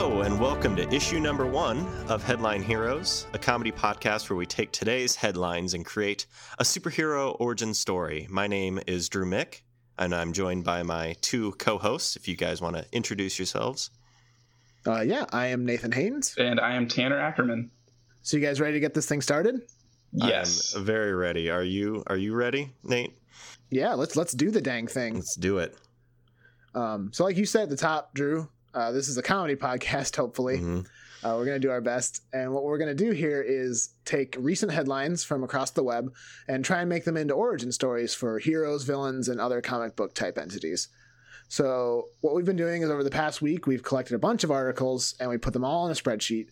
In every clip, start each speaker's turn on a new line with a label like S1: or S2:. S1: Welcome to issue number one of Headline Heroes, a comedy podcast where we take today's headlines and create a superhero origin story. My name is Drew Mick, and I'm joined by my two co hosts. If you guys want to introduce yourselves,
S2: Uh, yeah, I am Nathan Haynes.
S3: And I am Tanner Ackerman.
S2: So you guys ready to get this thing started?
S3: Yes.
S1: I'm very ready. Are you Are you ready, Nate?
S2: Yeah, let's let's do the dang thing.
S1: Let's do it.
S2: Um, so like you said at the top, Drew, uh, this is a comedy podcast. Hopefully,
S1: Mhm.
S2: uh, we're gonna do our best. And what we're gonna do here is take recent headlines from across the web and try and make them into origin stories for heroes, villains, and other comic book type entities. So what we've been doing is over the past week, we've collected a bunch of articles and we put them all in a spreadsheet.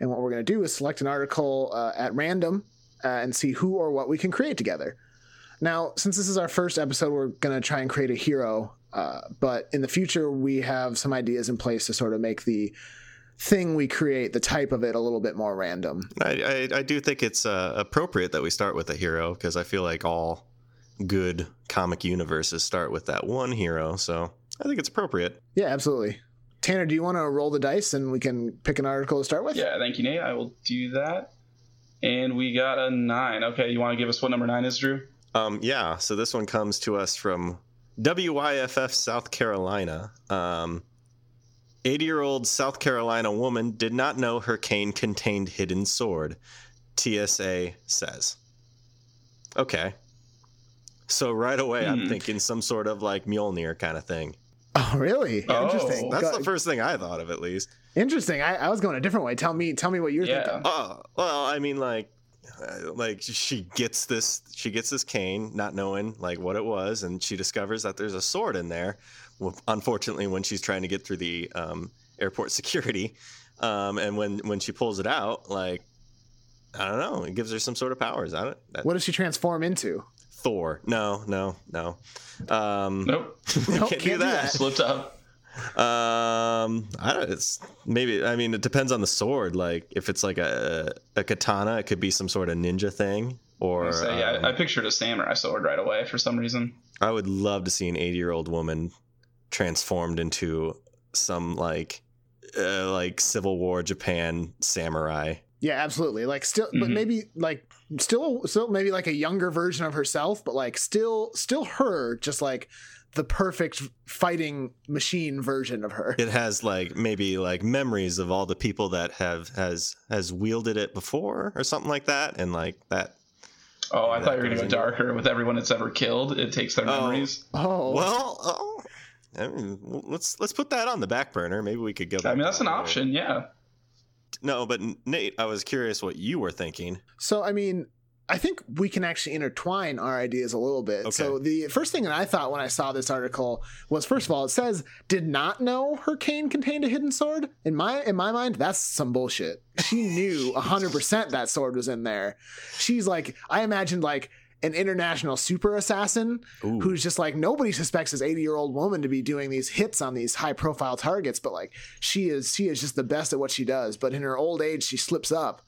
S2: And what we're going to do is select an article uh, at random uh, and see who or what we can create together. Now, since this is our first episode, we're going to try and create a hero. Uh, but in the future, we have some ideas in place to sort of make the thing we create, the type of it, a little bit more random.
S1: I, I, I do think it's uh, appropriate that we start with a hero because I feel like all good comic universes start with that one hero. So I think it's appropriate.
S2: Yeah, absolutely. Tanner, do you want to roll the dice and we can pick an article to start with?
S3: Yeah, thank you, Nate. I will do that. And we got a nine. Okay, you want to give us what number nine is, Drew?
S1: Um, yeah, so this one comes to us from WYFF South Carolina. Um, 80 year old South Carolina woman did not know her cane contained hidden sword, TSA says. Okay. So right away, I'm
S3: Hmm.
S1: thinking some sort of like Mjolnir kind of thing.
S2: Oh, really?
S3: Oh.
S2: Interesting.
S1: That's
S2: Go-
S1: the first thing I thought of, at least.
S2: Interesting. I, I was going a different way. Tell me, tell me what you're
S3: Yeah.
S2: thinking.
S1: Oh well, I mean, like, uh, like she gets this, she gets this cane, not knowing like what it was, and she discovers that there's a sword in there. Well, unfortunately, when she's trying to get through the um, airport security, um, and when when she pulls it out, like, I don't know, it gives her some sort of powers. I don't. That,
S2: What does she transform into?
S1: Thor? No, no, no. Um,
S3: Nope.
S1: can't,
S2: can't
S1: do
S2: do
S1: that.
S3: Slipped up.
S1: Um, I don't. It's maybe. I mean, it depends on the sword. Like, if it's like a a katana, it could be some sort of ninja thing. Or
S3: So, yeah,
S1: um,
S3: I, I pictured a samurai sword right away for some reason.
S1: I would love to see an eighty year old woman transformed into some like uh, like Civil War Japan samurai.
S2: Yeah, absolutely. Like still, but
S3: Mhm.
S2: maybe like still, still maybe like a younger version of herself, but like still, still her, just like the perfect fighting machine version of her.
S1: It has like maybe like memories of all the people that have has has wielded it before or something like that, and like that.
S3: Oh, I
S1: That
S3: thought you were going to
S1: goes into-
S3: go darker with everyone that's ever killed. It takes their
S1: Oh.
S3: memories.
S2: Oh,
S1: Well, oh, I mean, let's let's put that on the back burner. Maybe we could go. Back
S3: I mean,
S1: to
S3: that's an
S1: that later.
S3: option. Yeah.
S1: No, but Nate, I was curious what you were thinking.
S2: So I mean, I think we can actually intertwine our ideas a little bit.
S1: Okay.
S2: So the first thing that I thought when I saw this article was first of all, it says did not know her cane contained a hidden sword. In my in my mind, that's some bullshit. She knew 100% that sword was in there. She's like I imagined like an international super assassin
S1: Ooh.
S2: who's just like nobody suspects this 80 year old woman to be doing these hits on these high profile targets but like she is she is just the best at what she does but in her old age she slips up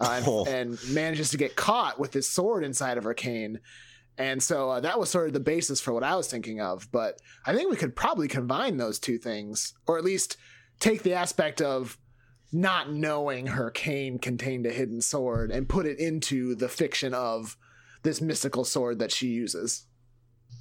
S2: uh, and-
S1: Oh.
S2: and, manages to get caught with this sword inside of her cane and so uh, that was sort of the basis for what i was thinking of but i think we could probably combine those two things or at least take the aspect of not knowing her cane contained a hidden sword and put it into the fiction of this mystical sword that she uses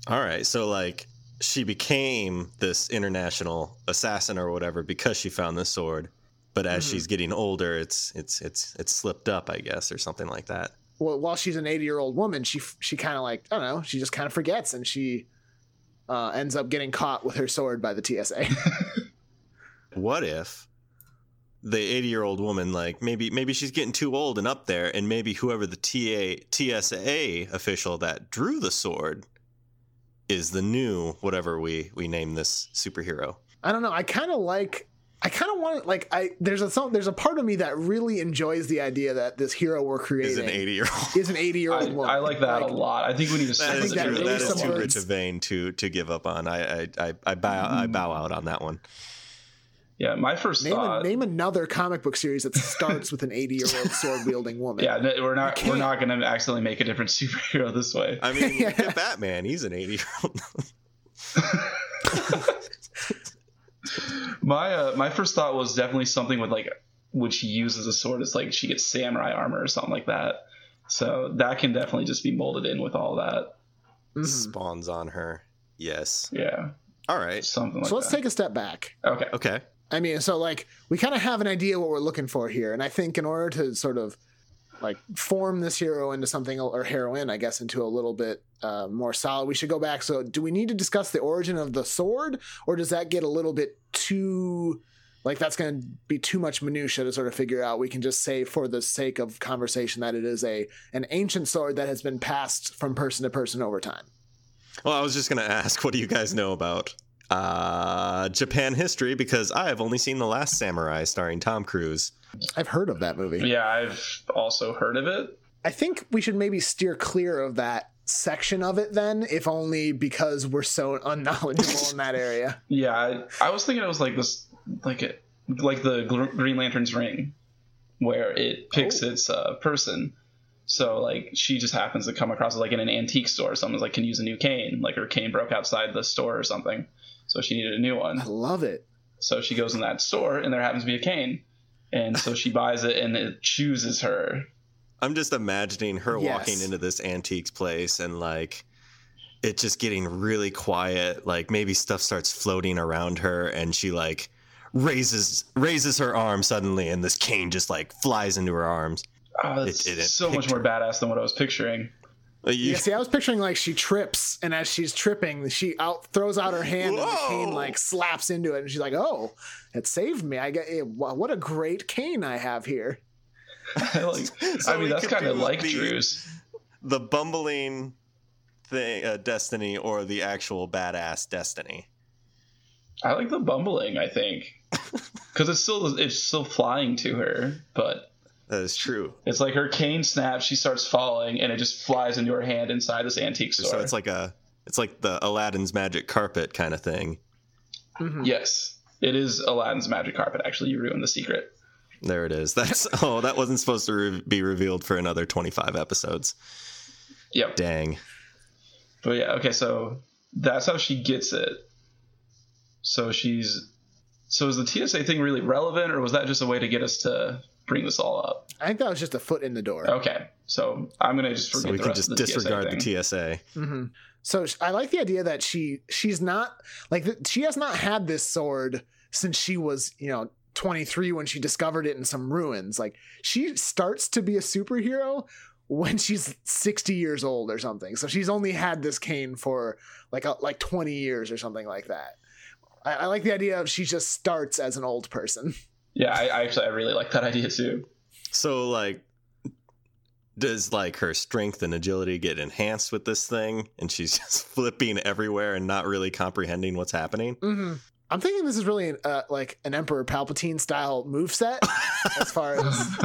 S1: All right, so like she became this international assassin or whatever because she found this sword. But as
S2: Mhm.
S1: she's getting older, it's it's it's it's slipped up, I guess, or something like that.
S2: well, while she's an 80 year old woman, she she kind of like I don't know, she just kind of forgets and she uh, ends up getting caught with her sword by the TSA.
S1: What if the 80 year old woman, like maybe maybe she's getting too old and up there, and maybe whoever the TA TSA official that drew the sword is the new whatever we we name this superhero.
S2: I don't know. I kind of like. I kind of want like I there's a some, there's a part of me that really enjoys the idea that this hero we're
S1: Is
S2: creating
S1: an 80 year old.
S2: year
S3: I,
S2: old woman.
S3: I like that a lot. I think we need to
S1: That
S2: I
S3: stick
S1: is
S2: think
S3: with
S2: that
S1: true.
S3: it.
S2: really
S1: That is too
S2: someone-
S1: rich a vein to to give up on. I I, I, I bow I
S2: Mm.
S1: bow out on that one.
S3: Yeah, my first
S2: Name, a,
S3: thought.
S2: name another comic book series that starts with an 80 year old sword wielding woman.
S3: Yeah, th- we're not
S2: You
S3: we're not going to accidentally make a different superhero this way.
S1: I mean, look at Batman. He's an eighty year old.
S3: My uh, my first thought was definitely something with like which she uses a sword. It's like she gets samurai armor or something like that. So that can definitely just be molded in with all that.
S2: Mhm.
S1: Spawns on her. Yes.
S3: Yeah,
S1: All right.
S3: something like
S2: So let's
S3: that.
S2: take a step back.
S3: okay.
S1: Okay.
S2: I mean, so like we kind of have an idea what we're looking for here, and I think in order to sort of like form this hero into something or heroine, I guess, into a little bit uh, more solid, we should go back. So, do we need to discuss the origin of the sword, or does that get a little bit too like that's going to be too much minutia to sort of figure out? We can just say, for the sake of conversation, that it is a an ancient sword that has been passed from person to person over time.
S1: Well, I was just gonna ask, what do you guys know about uh, Japan history? Because I have only seen The Last Samurai, starring Tom Cruise.
S2: I've heard of that movie.
S3: Yeah, I've also heard of it.
S2: I think we should maybe steer clear of that section of it then, if only because we're so unknowledgeable in that area.
S3: Yeah, I, I was thinking it was like this, like it, like the Gr- Green Lantern's ring, where it
S2: Oh.
S3: picks its uh, person. So like she just happens to come across it like in an antique store. Someone's like, "Can you use a new cane." Like her cane broke outside the store or something, so she needed a new one.
S2: I love it.
S3: So she goes in that store, and there happens to be a cane, and so she buys it, and it chooses her.
S1: I'm just imagining her
S2: Yes.
S1: walking into this antiques place and like it just getting really quiet. Like maybe stuff starts floating around her, and she like raises raises her arm suddenly, and this cane just like flies into her arms.
S3: Oh, that's
S1: It- it- it
S3: so much more badass than what I was picturing.
S1: Uh, you-
S2: Yeah, see, I was picturing like she trips, and as she's tripping, she out throws out her hand, and the
S1: Whoa!
S2: cane like slaps into it, and she's like, "Oh, it saved me! I get it, wa- what a great cane I have here."
S3: like,
S1: So
S3: I mean,
S1: we
S3: that's
S1: could
S3: kind of
S1: do
S3: like
S1: the-
S3: Drew's.
S1: the bumbling thing, uh, destiny, or the actual badass destiny.
S3: I like the bumbling. I think because it's still it's still flying to her, but
S1: That is true.
S3: it's like her cane snaps. She starts falling, and it just flies into her hand inside this antique store.
S1: So it's like a it's like the Aladdin's magic carpet kind of thing. Hmm.
S2: Mhm.
S3: yes, it is Aladdin's magic carpet. Actually, you ruined the secret.
S1: There it is. That's oh, that wasn't supposed to re- be revealed for another 25 episodes.
S3: Yep.
S1: Dang.
S3: But yeah, okay, so that's how she gets it. So she's so is the TSA thing really relevant or was that just a way to get us to bring this all up?
S2: I think that was just a foot in the door.
S3: Okay. So I'm gonna just forget
S1: So we
S3: the
S1: can
S3: rest
S1: just
S3: of the
S1: disregard
S3: TSA thing.
S1: the TSA.
S2: hmm So sh- I like the idea that she she's not like th- she has not had this sword since she was you know 23 when she discovered it in some ruins. Like she starts to be a superhero when she's 60 years old or something. So she's only had this cane for like a, like 20 years or something like that. I, I like the idea of she just starts as an old person.
S3: yeah, I, I actually I really like that idea too.
S1: So like does like her strength and agility get enhanced with this thing and she's just flipping everywhere and not really comprehending what's happening?
S2: Mm-hmm. I'm thinking this is really an, uh, like an Emperor Palpatine style moveset as far as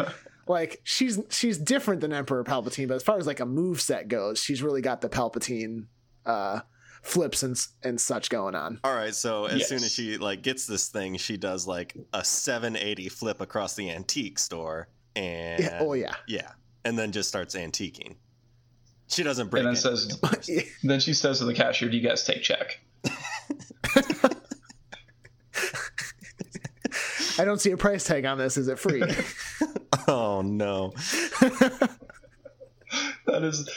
S2: like she's she's different than Emperor Palpatine, but as far as like a move set goes, she's really got the Palpatine uh, flips and s- and such going on.
S1: All right, so as soon
S3: Yes.
S1: as she like gets this thing, she does like a 780 flip across the antique store and
S2: Yeah, oh yeah,
S1: Yeah. And then just starts antiquing. She doesn't break
S3: And then
S1: it.
S3: says-
S1: of course.
S3: then she says to the cashier, Do you guys take check?
S2: I don't see a price tag on this. Is it free?
S1: Oh no.
S3: That is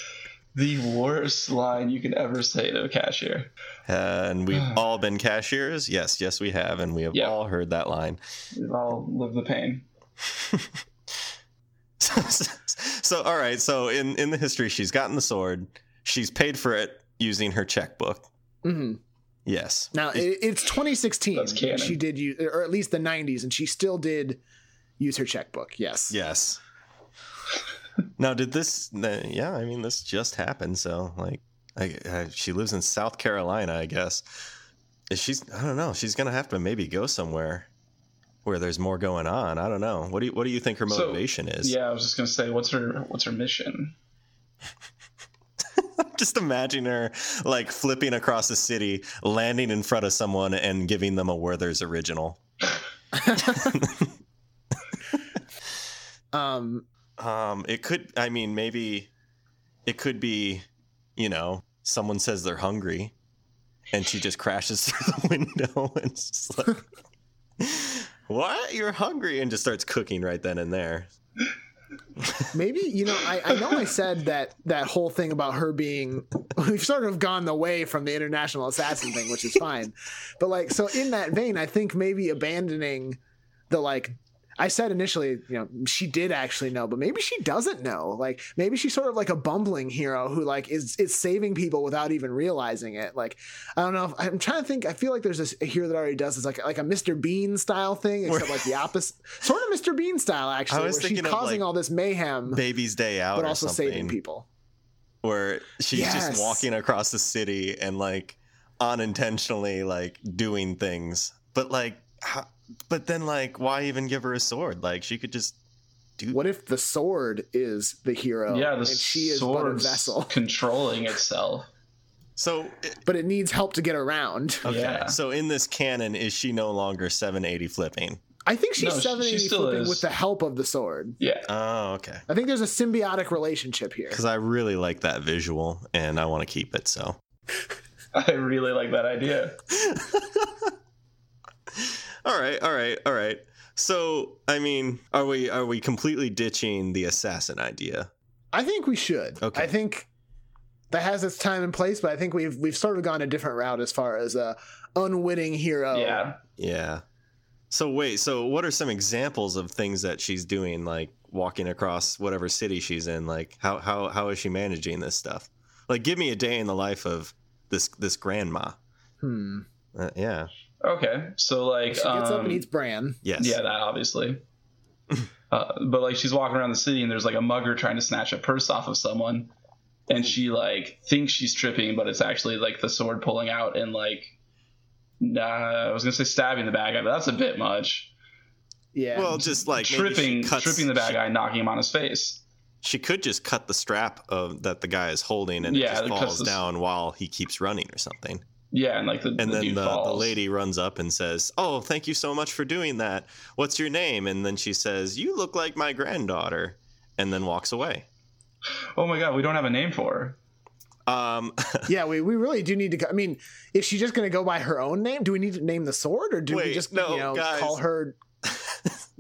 S3: the worst line you can ever say to a cashier.
S1: And we've all been cashiers. Yes, yes, we have, and we have
S3: Hmm. Yeah.
S1: all heard that line.
S3: We've all lived the pain.
S1: so, all right. So in in the history, she's gotten the sword. She's paid for it using her checkbook.
S2: hmm
S1: Yes.
S2: Now it, it's 2016.
S3: That's canon.
S2: She did use, or at least the 90s, and she still did use her checkbook. Yes.
S1: Yes. now, did this? th- Yeah, I mean, this just happened. So, like, I, I, she lives in South Carolina, I guess. Is She's, I don't know. She's gonna have to maybe go somewhere where there's more going on. I don't know. What do you, what do you think her
S3: So,
S1: motivation is?
S3: Yeah, I was just gonna say, what's her what's her mission?
S1: just imagine her like flipping across the city, landing in front of someone, and giving them a Werther's original.
S2: Um.
S1: Um, it could. I mean, maybe it could be. You know, someone says they're hungry, and she just crashes through the window, and it's just like what? You're hungry, and just starts cooking right then and there.
S2: Maybe you know. I, I know I said that that whole thing about her being. We've sort of gone the way from the international assassin thing, which is fine. But like, so in that vein, I think maybe abandoning the like. I said initially, you know, she did actually know, but maybe she doesn't know. Like, maybe she's sort of like a bumbling hero who like is is saving people without even realizing it. Like, I don't know. If, I'm trying to think. I feel like there's this, a hero that already does this, like like a Mr. Bean style thing, except like the opposite, sort of Mr. Bean style actually,
S1: was
S2: where she's
S1: thinking of,
S2: causing
S1: like,
S2: all this mayhem,
S1: Baby's day out,
S2: but
S1: or
S2: also
S1: something,
S2: saving people.
S1: where she's
S2: Yes.
S1: just walking across the city and like unintentionally like doing things. But like, how, but then like, why even give her a sword? Like, she could just do
S2: What if the sword is the hero?
S3: yeah, the
S2: and she is but a
S3: sword's
S2: vessel,
S3: controlling itself.
S1: so.
S2: but it needs help to get around.
S1: Okay,
S3: Yeah.
S1: so in this canon, is she no longer 780 flipping?
S2: I think she's
S3: No, she- she
S2: 780
S3: still
S2: flipping
S3: is.
S2: with the help of the sword.
S3: Yeah,
S1: Oh, okay.
S2: I think there's a symbiotic relationship here.
S1: Because I really like that visual and I want to keep it. So
S3: I really like that idea.
S1: all right, all right, all right. So I mean, are we are we completely ditching the assassin idea?
S2: I think we should.
S1: Okay.
S2: I think that has its time and place, but I think we've we've sort of gone a different route as far as a unwitting hero.
S3: Yeah,
S1: Yeah. So wait, so what are some examples of things that she's doing, like walking across whatever city she's in? Like how how how is she managing this stuff? Like give me a day in the life of this this grandma.
S2: Hmm.
S1: Uh, yeah.
S3: Okay, so like
S2: She gets up
S3: um,
S2: and eats Bran.
S1: Yes.
S3: Yeah, that obviously. uh, but like she's walking around the city and there's like a mugger trying to snatch a purse off of someone, and she like thinks she's tripping, but it's actually like the sword pulling out and like, nah, I was gonna say stabbing the bad guy, but that's a bit much.
S2: Yeah.
S1: Well, just like maybe she
S3: tripping,
S1: cuts-
S3: tripping the bad
S1: she-
S3: guy, and knocking him on his face.
S1: she could just cut the strap of that the guy is holding and it
S3: Yeah,
S1: just
S3: it cuts
S1: falls
S3: the-
S1: down while he keeps running or something
S3: Yeah, and like the
S1: and
S3: the
S1: then
S3: dude
S1: the, the
S3: falls.
S1: lady runs up and says oh thank you so much for doing that what's your name and then she says you look like my granddaughter and then walks away
S3: Oh my god, we don't have a name for her.
S1: um
S2: yeah, we, we really do need to. Go, I mean, is she just going to go by her own name? Do we need to name the sword, or do we
S1: Wait,
S2: just
S1: no,
S2: you know
S1: guys.
S2: call her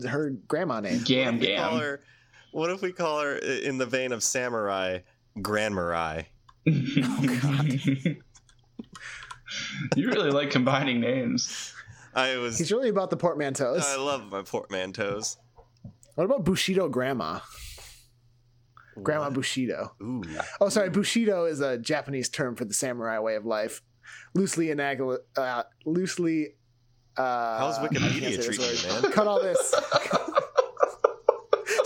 S2: her grandma name?
S3: Gam
S1: we call
S3: Gam.
S1: her what if we call her i- in the vein of samurai grandmarai
S3: Oh, you really like combining names.
S1: i was
S2: He's really about the portmanteaus.
S1: i love my portmanteaus
S2: what about Bushido Grandma? Grandma
S1: What?
S2: Bushido.
S1: Ooh.
S2: Oh, sorry. Bushido is a Japanese term for the samurai way of life, loosely enag- uh, loosely. Uh,
S1: how's
S2: I can't say
S1: wikipedia
S2: this
S1: treating
S2: word.
S1: you man
S2: Cut all this.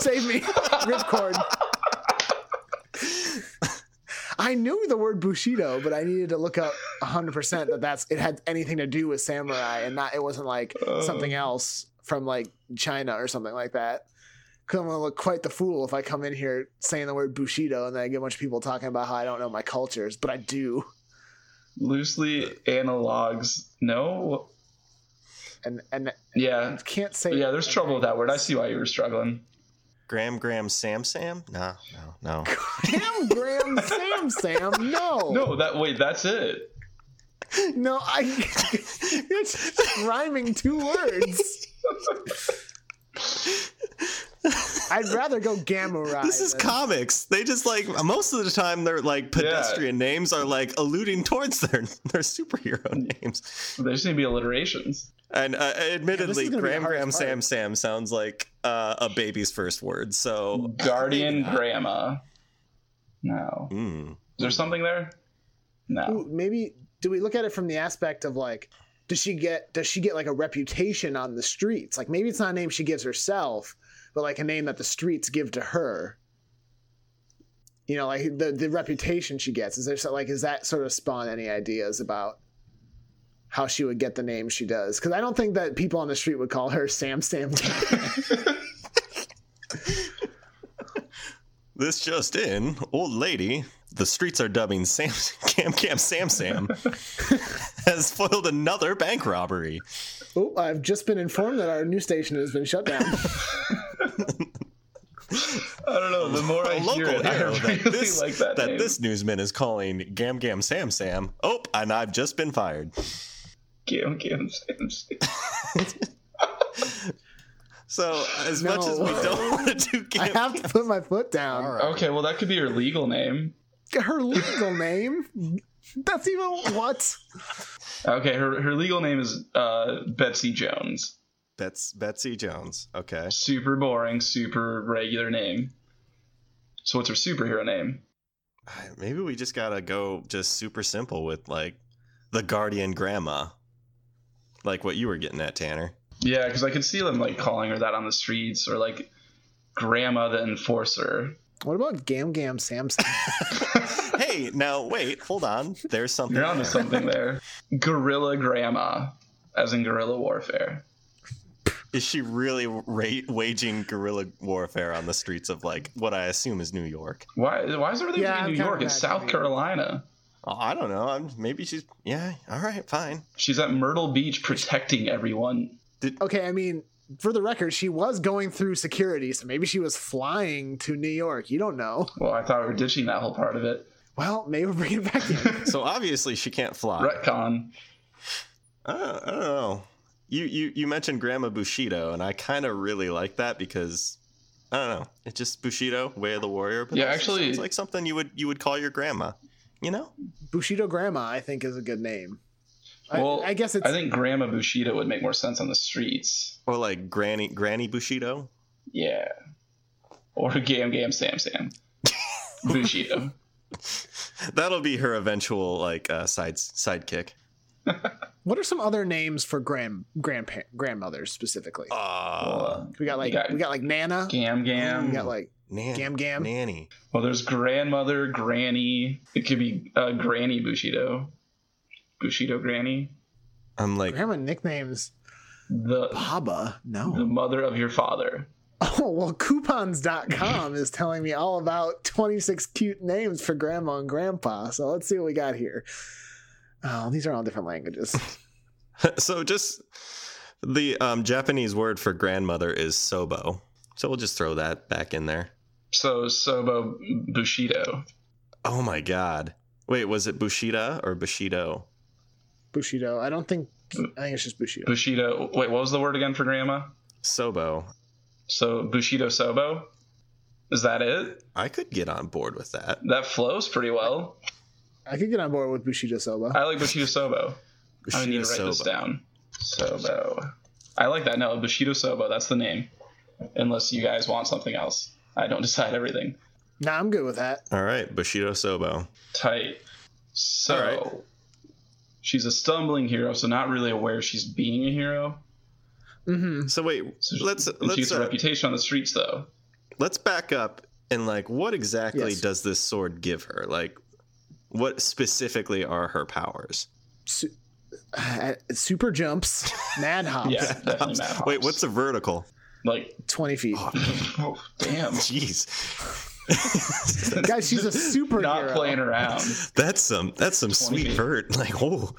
S2: Save me. Ripcord. I knew the word Bushido, but I needed to look up 100% that that's it had anything to do with samurai and not it wasn't like
S3: Oh.
S2: something else from like China or something like that. Cuz I'm going to look quite the fool if I come in here saying the word Bushido and then I get a bunch of people talking about how I don't know my cultures, but I do.
S3: Loosely analogs. No.
S2: And and
S3: Yeah.
S2: I can't say
S3: Yeah, there's trouble with that word. I see why you were struggling.
S1: graham graham sam sam no no no
S2: Damn Graham Sam Sam. No.
S3: No, that wait, that's it.
S2: No, I it's just rhyming two words. I'd rather go gamma ride.
S1: This is
S2: than-
S1: comics. They just like most of the time they're like pedestrian names are like alluding towards their their superhero names.
S3: There just need to be alliterations.
S1: And uh, admittedly,
S2: gonna be the
S1: Graham
S2: hardest
S1: Graham
S2: part.
S1: Sam Sam sounds like uh, a baby's first word. So,
S3: Guardian grandma. No. Is
S1: mm.
S3: there something there? No.
S4: Oh.
S2: Ooh, maybe do we look at it from the aspect of like does she get does she get like a reputation on the streets? Like maybe it's not a name she gives herself, but like a name that the streets give to her. You know, like the the reputation she gets. Is there so, like is that sort of spawn any ideas about how she would get the name she does? Because I don't think that people on the street would call her Sam Sam.
S1: this just in, old lady, the streets are dubbing Sam Cam Cam Sam Sam has foiled another bank robbery.
S2: oh, I've just been informed that our new station has been shut down.
S3: I don't know. The more I
S1: a
S3: hear
S1: local
S3: it, I
S1: hero
S3: really
S1: that this,
S3: like that, name.
S1: this newsman is calling Gam Gam Sam Sam. Oh, and I've just been fired.
S3: Gam Gam Sam Sam.
S1: So as
S2: No.
S1: much as we don't want to do
S2: I
S1: Gimp,
S2: have to put my foot down.
S4: All right.
S3: Okay, well that could be your legal name.
S2: Her legal name? That's even what?
S3: Okay, her her legal name is uh, Betsy Jones.
S1: Bets, Betsy Jones. Okay.
S3: Super boring, super regular name. So what's her superhero name?
S1: Uh, Maybe we just gotta go just super simple with like the Guardian Grandma, like what you were getting at, Tanner.
S3: Yeah, because I could see them like calling her that on the streets or like Grandma the Enforcer.
S2: What about Gam Gam Samson?
S1: hey, now wait, hold on. There's something.
S3: You're onto
S1: there.
S3: something there. Gorilla Grandma, as in guerrilla warfare.
S1: Is she really ra- waging guerrilla warfare on the streets of like what I assume is New York?
S3: Why? Why is everything
S2: Yeah,
S3: in
S2: I'm
S3: New
S2: kinda
S3: York? It's
S2: mad at
S3: South
S2: you.
S3: Carolina.
S1: Oh, I don't know. I'm, maybe she's yeah. All right, fine.
S3: She's at Myrtle Beach protecting everyone.
S2: okay, I mean, for the record, she was going through security, so maybe she was flying to New York. You don't know.
S3: Well, I thought we were ditching that whole part of it.
S2: Well, maybe we'll bring it back in.
S1: So obviously she can't fly.
S3: Retcon.
S1: I don't, I don't know. You, you you mentioned Grandma Bushido, and I kind of really like that because I don't know. It's just Bushido, Way of the Warrior. But
S3: Yeah,
S1: it also
S3: actually-
S1: sounds like something you would you would call your grandma. You know,
S2: Bushido Grandma, I think, is a good name. I-
S3: Well,
S2: I, guess it's
S3: I think Grandma Bushido would make more sense on the streets.
S1: or like Granny Granny Bushido.
S3: Yeah. Or Gam Gam Sam Sam. Bushido.
S1: That'll be her eventual like uh, side sidekick.
S2: what are some other names for grand grandpa- grandmothers specifically?
S1: Uh,
S3: Uh,
S2: we got like
S3: we got-
S2: we got like Nana.
S3: Gam Gam.
S2: We got like
S1: nan-
S2: Gam Gam.
S1: nanny.
S3: Well, there's grandmother, granny. It could be uh, Granny Bushido. Bushido Granny.
S1: I'm like
S2: Grandma nicknames.
S3: The
S2: Baba.
S3: the
S2: No.
S3: mother of your father.
S2: Oh, well, coupons.com is telling me all about 26 cute names for grandma and grandpa. So let's see what we got here. Oh, these are all different languages.
S1: so just the um, Japanese word for grandmother is sobo. So we'll just throw that back in there.
S3: So Sobo Bushido.
S1: Oh my god. Wait, was it Bushida or Bushido?
S2: Bushido. I don't think, I think it's just Bushido.
S3: Bushido. Wait, what was the word again for grandma?
S1: Sobo.
S3: So Bushido Sobo. Is that it?
S1: I could get on board with that.
S3: That flows pretty well.
S2: I could get on board with Bushido Soba.
S3: I like Bushido Sobo. I need to
S1: Bushido
S3: write this
S1: Sobo.
S3: down. Sobo. I like that. No, Bushido Sobo. That's the name. Unless you guys want something else, I don't decide everything.
S2: Nah, I'm good with that.
S1: All right, Bushido Sobo.
S3: Tight. So
S1: All
S3: she's a stumbling hero, so not really aware she's being a hero.
S2: Mm-hmm.
S1: So wait,
S3: So she-
S1: let's
S3: and she
S1: let's
S3: gets a
S1: uh,
S3: reputation on the streets, though.
S1: let's back up and like what exactly
S2: Yes.
S1: does this sword give her? Like what specifically are her powers?
S2: Su- uh, super jumps, mad hops,
S3: Yeah, definitely Mad Hops.
S1: Oh, Wait, what's a vertical?
S3: like?
S2: 20 feet.
S1: Oh,
S3: oh, damn,
S1: jeez.
S2: Guys, she's a superhero.
S3: not playing around.
S1: that's some that's some
S3: 20
S1: sweet
S3: feet.
S1: vert. Like, oh,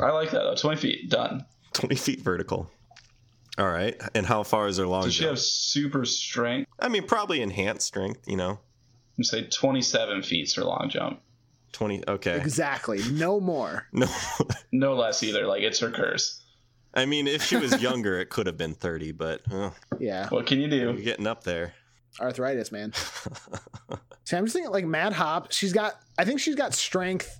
S3: I like that though. Twenty feet, done.
S1: 20 feet vertical. All right. And how far is her long
S3: Does she
S1: jump?
S3: have super strength?
S1: I mean, probably enhanced strength, you know.
S3: I'm say twenty-seven feet's her long jump.
S1: 20. Okay.
S2: Exactly. No more.
S1: No.
S3: No less either. Like it's her curse.
S1: I mean, if she was younger, it could have been 30, but uh,
S2: Yeah.
S3: What can you
S1: we're
S3: do?
S1: getting up there.
S2: Arthritis, man. See, I'm just thinking like Mad Hop. She's got, I think she's got strength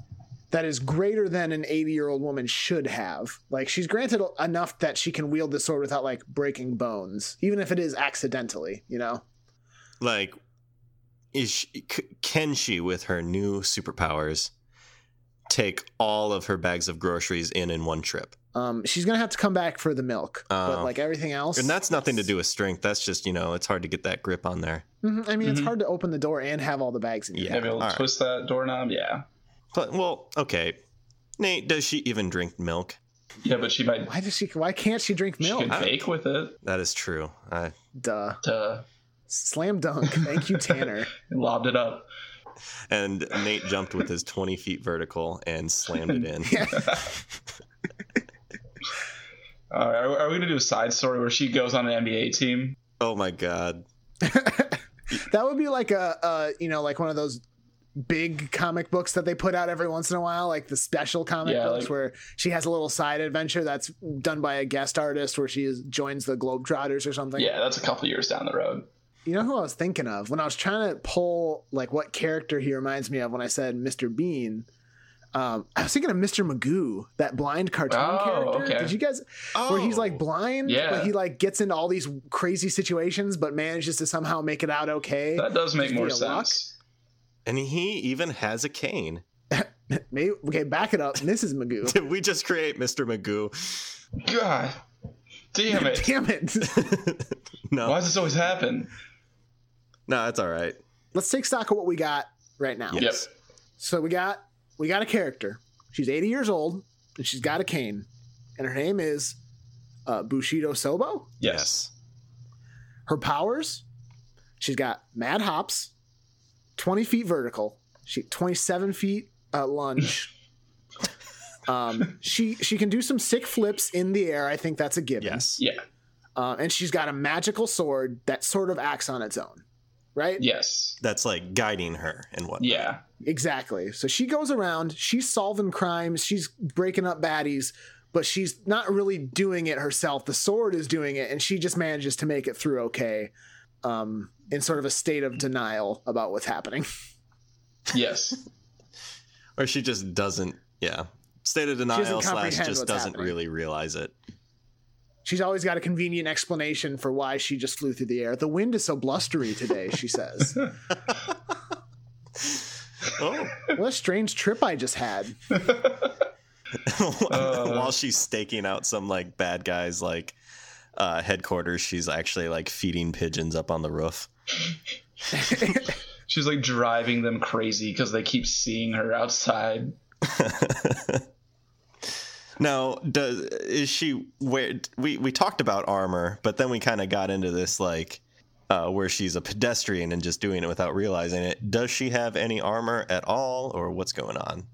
S2: that is greater than an 80 year old woman should have. Like she's granted enough that she can wield the sword without like breaking bones, even if it is accidentally. You know,
S1: like, is she, c- can she, with her new superpowers, take all of her bags of groceries in in one trip?
S2: um, she's gonna have to come back for the milk,
S1: Oh.
S2: but like everything else,
S1: And that's nothing to do with strength. That's just, you know, it's hard to get that grip on there.
S2: Mhm, I mean, it's
S3: Mhm.
S2: hard to open the door and have all the bags in. your
S1: Yeah,
S3: Maybe
S1: all
S3: we'll
S1: right.
S3: twist that doorknob. Yeah,
S1: But, well, okay. Nate, does she even drink milk?
S3: yeah, but she might.
S2: Why does she? Why can't she drink
S3: She
S2: milk?
S3: could bake with it.
S1: That is true. I,
S2: Duh.
S3: Duh.
S2: Slam dunk. Thank you, Tanner.
S3: Lobbed it up.
S1: and Nate jumped with his 20 feet vertical and slammed it in.
S2: Yeah.
S3: All right, are, are we gonna do a side story where she goes on an NBA team?
S1: Oh my god.
S2: that would be like a, a you know like one of those big comic books that they put out every once in a while, like the special comic
S3: Yeah,
S2: books
S3: like-
S2: where she has a little side adventure that's done by a guest artist where she is, joins the Globetrotters or something.
S3: yeah, that's a couple years down the road.
S2: You know who I was thinking of when I was trying to pull like what character he reminds me of when I said Mr. Bean. Um, I was thinking of Mr. Magoo, that blind cartoon
S3: Oh,
S2: character.
S3: okay.
S2: Did you guys
S1: Oh,
S2: where he's like blind,
S3: Yeah.
S2: but he like gets into all these crazy situations, but manages to somehow make it out okay.
S3: That does make
S2: Just
S3: more
S2: need a lock?
S3: sense.
S1: and he even has a cane.
S2: Maybe okay, back it up, Mrs. Magoo.
S1: Did we just create Mr. Magoo?
S3: God damn it!
S2: Damn it!
S1: no,
S3: Why does this always happen?
S1: no, that's all right.
S2: Let's take stock of what we got right now.
S1: Yes.
S2: So we got we got a character. She's 80 years old and she's got a cane, and her name is uh, Bushido Sobo.
S3: Yes.
S2: Her powers, she's got mad hops, 20 feet vertical, she 27 feet uh, lunge. um, she she can do some sick flips in the air. I think that's a given.
S1: Yes.
S3: Yeah.
S2: Uh, and she's got a magical sword that sort of acts on its own, right?
S3: Yes.
S1: That's like guiding her and what.
S3: Yeah.
S2: Exactly. So she goes around, she's solving crimes, she's breaking up baddies, but she's not really doing it herself. The sword is doing it, and she just manages to make it through okay um, in sort of a state of denial about what's happening.
S3: Yes.
S1: Or she just doesn't. Yeah. State of denial slash
S2: comprehend
S1: just
S2: what's
S1: doesn't
S2: happening.
S1: really realize it.
S2: She's always got a convenient explanation for why she just flew through the air. The wind is so blustery today, she says.
S1: Oh,
S2: what a strange trip I just had.
S3: Uh.
S1: while she's staking out some like bad guys like uh, headquarters, she's actually like feeding pigeons up on the roof.
S3: She's like driving them crazy because they keep seeing her outside.
S1: Now, does is she where we we talked about armor, but then we kind of got into this like uh, where she's a pedestrian and just doing it without realizing it. Does she have any armor at all, or what's going on?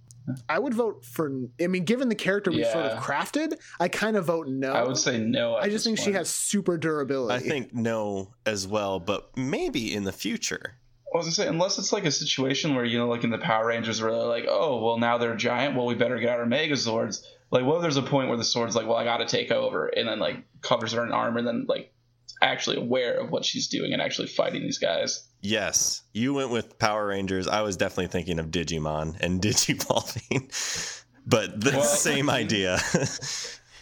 S2: I would vote for, I mean, given the character we sort of
S3: Yeah.
S2: crafted, I kind of vote no.
S3: I would say no. at
S2: I just
S3: this
S2: think she
S3: point.
S2: has super durability.
S1: I think no as well, but maybe in the future.
S3: I was gonna say unless it's like a situation where you know, like in the Power Rangers, where they're like, oh, well now they're giant. Well, we better get out our Megazords. Like, well, there's a point where the sword's like, well, I gotta take over, and then like covers her in armor, and then like actually aware of what she's doing and actually fighting these guys.
S1: Yes, you went with Power Rangers. I was definitely thinking of Digimon and Digivolving, but the
S3: Well-
S1: same idea.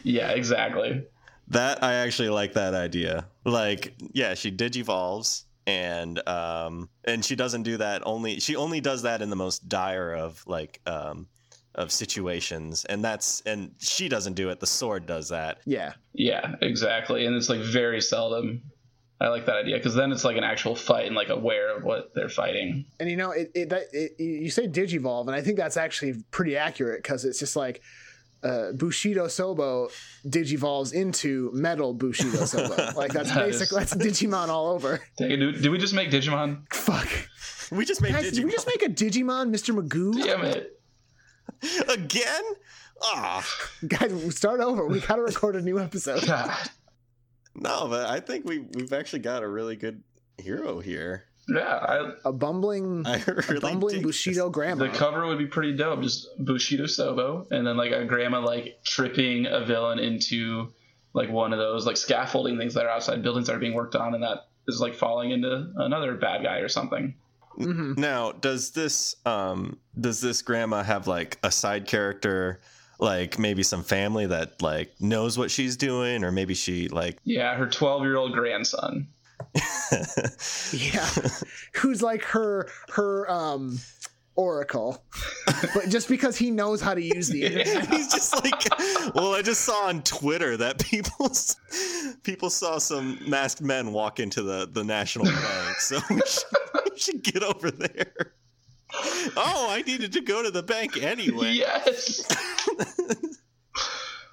S3: Yeah, exactly.
S1: That I actually like that idea. Like, yeah, she digivolves and um and she doesn't do that only she only does that in the most dire of like um of situations and that's and she doesn't do it the sword does that
S2: yeah.
S3: Yeah, exactly. And it's like very seldom. I like that idea because then it's like an actual fight and like aware of what they're fighting.
S2: And you know, it, it, that, it you you say digivolve, and I think that's actually pretty accurate because it's just like uh, Bushido Sobo digivolves into metal Bushido Sobo. like that's
S3: That
S2: basic.
S3: is-
S2: That's Digimon all over.
S3: Dang, Did, did we just make Digimon?
S2: Fuck,
S1: we just made
S2: guys, did we
S1: Digimon
S2: just make a Digimon, Mr. Magoo?
S3: Damn it.
S1: again ah
S2: Guys, start over. We gotta record a new episode.
S3: God.
S1: no but i think we we've actually got a really good hero here
S3: Yeah,
S2: A bumbling,
S1: i really
S2: a bumbling
S1: dig
S2: Bushido
S3: I, the
S2: grandma.
S3: cover would be pretty dope. Just Bushido Sobo, and then like a grandma like tripping a villain into like one of those like scaffolding things that are outside buildings that are being worked on, and that is like falling into another bad guy or something.
S2: hmm
S1: Now, does this um does this grandma have like a side character, like maybe some family that like knows what she's doing, or maybe she like
S3: Yeah, her twelve year old grandson.
S2: Yeah, who's like her her um oracle, but just because he knows how to use the internet.
S1: he's just like well I just saw on Twitter that people s- people saw some masked men walk into the the national bank, so we should, we should get over there. Oh, I needed to go to the bank anyway.
S3: Yes.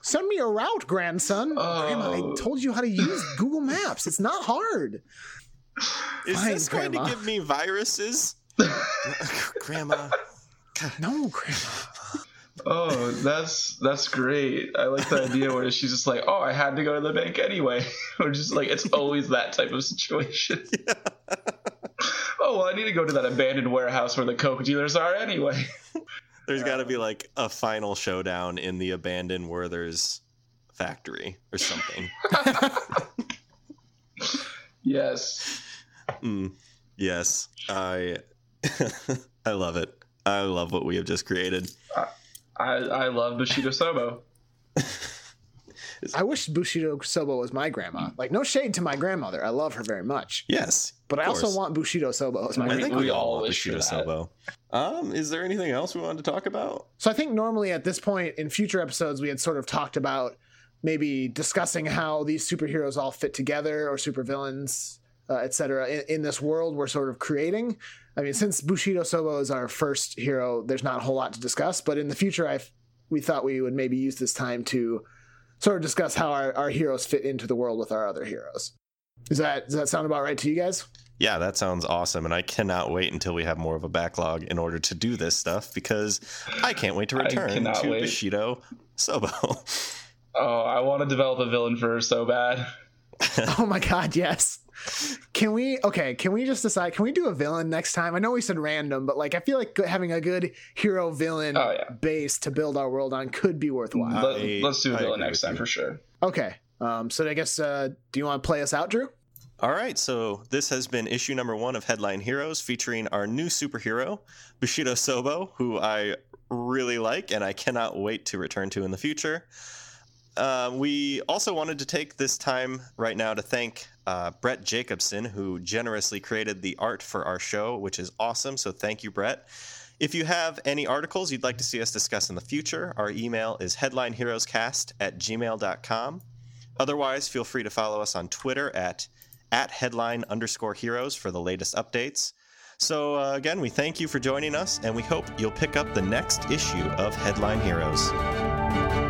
S2: Send me a route, grandson. Grandma,
S3: Oh.
S2: I told you how to use Google Maps. It's not hard.
S1: Is
S2: Fine,
S1: this going
S2: Grandma.
S1: to give me viruses? grandma.
S2: No, Grandma.
S3: Oh, that's that's great. I like the idea where she's just like, "Oh, I had to go to the bank anyway," or just like it's always that type of situation. oh, well, I need to go to that abandoned warehouse where the coke dealers are anyway.
S1: There's got to
S3: Um,
S1: be like a final showdown in the abandoned Werther's factory or something.
S3: yes.
S1: Mm, yes, I I love it. I love what we have just created.
S3: I, I love Bushido Sobo.
S2: I wish Bushido Sobo was my grandma. Like, no shade to my grandmother. I love her very much.
S1: Yes,
S2: But I
S1: of
S2: also
S1: course.
S2: want Bushido Sobo as my
S3: I
S1: I
S2: grandma.
S1: think
S3: we
S1: we,
S3: all
S1: all want
S3: wish for
S1: Bushido
S3: that.
S1: Sobo. Um, is there anything else we wanted to talk about?
S2: So I think normally at this point in future episodes, we had sort of talked about maybe discussing how these superheroes all fit together or supervillains, uh, et cetera, in, in this world we're sort of creating. I mean, since Bushido Sobo is our first hero, there's not a whole lot to discuss. But in the future, I f- we thought we would maybe use this time to sort of discuss how our, our heroes fit into the world with our other heroes. Does that does that sound about right to you guys?
S1: Yeah, that sounds awesome, and I cannot wait until we have more of a backlog in order to do this stuff because I can't wait to
S3: I
S1: return
S3: cannot
S1: to
S3: wait.
S1: Bushido Sobo.
S3: Oh, I want to develop a villain for her so bad.
S2: Oh my god, yes. Can we okay, can we just decide can we do a villain next time? I know we said random, but like I feel like having a good hero villain
S3: Oh, yeah.
S2: base to build our world on could be worthwhile.
S1: I-
S3: Let, us do a
S1: I
S3: villain
S1: agree
S3: next
S1: with
S3: time
S1: you.
S3: for sure.
S2: Okay. Um so I guess uh do you want to play us out, Drew?
S1: All right, so this has been issue number one of Headline Heroes featuring our new superhero, Bushido Sobo, who I really like and I cannot wait to return to in the future. Uh, we also wanted to take this time right now to thank uh, Brett Jacobson, who generously created the art for our show, which is awesome. So thank you, Brett. If you have any articles you'd like to see us discuss in the future, our email is headlineheroescast at gmail.com. Otherwise, feel free to follow us on Twitter at at headline underscore heroes for the latest updates. So, uh, again, we thank you for joining us, and we hope you'll pick up the next issue of Headline Heroes.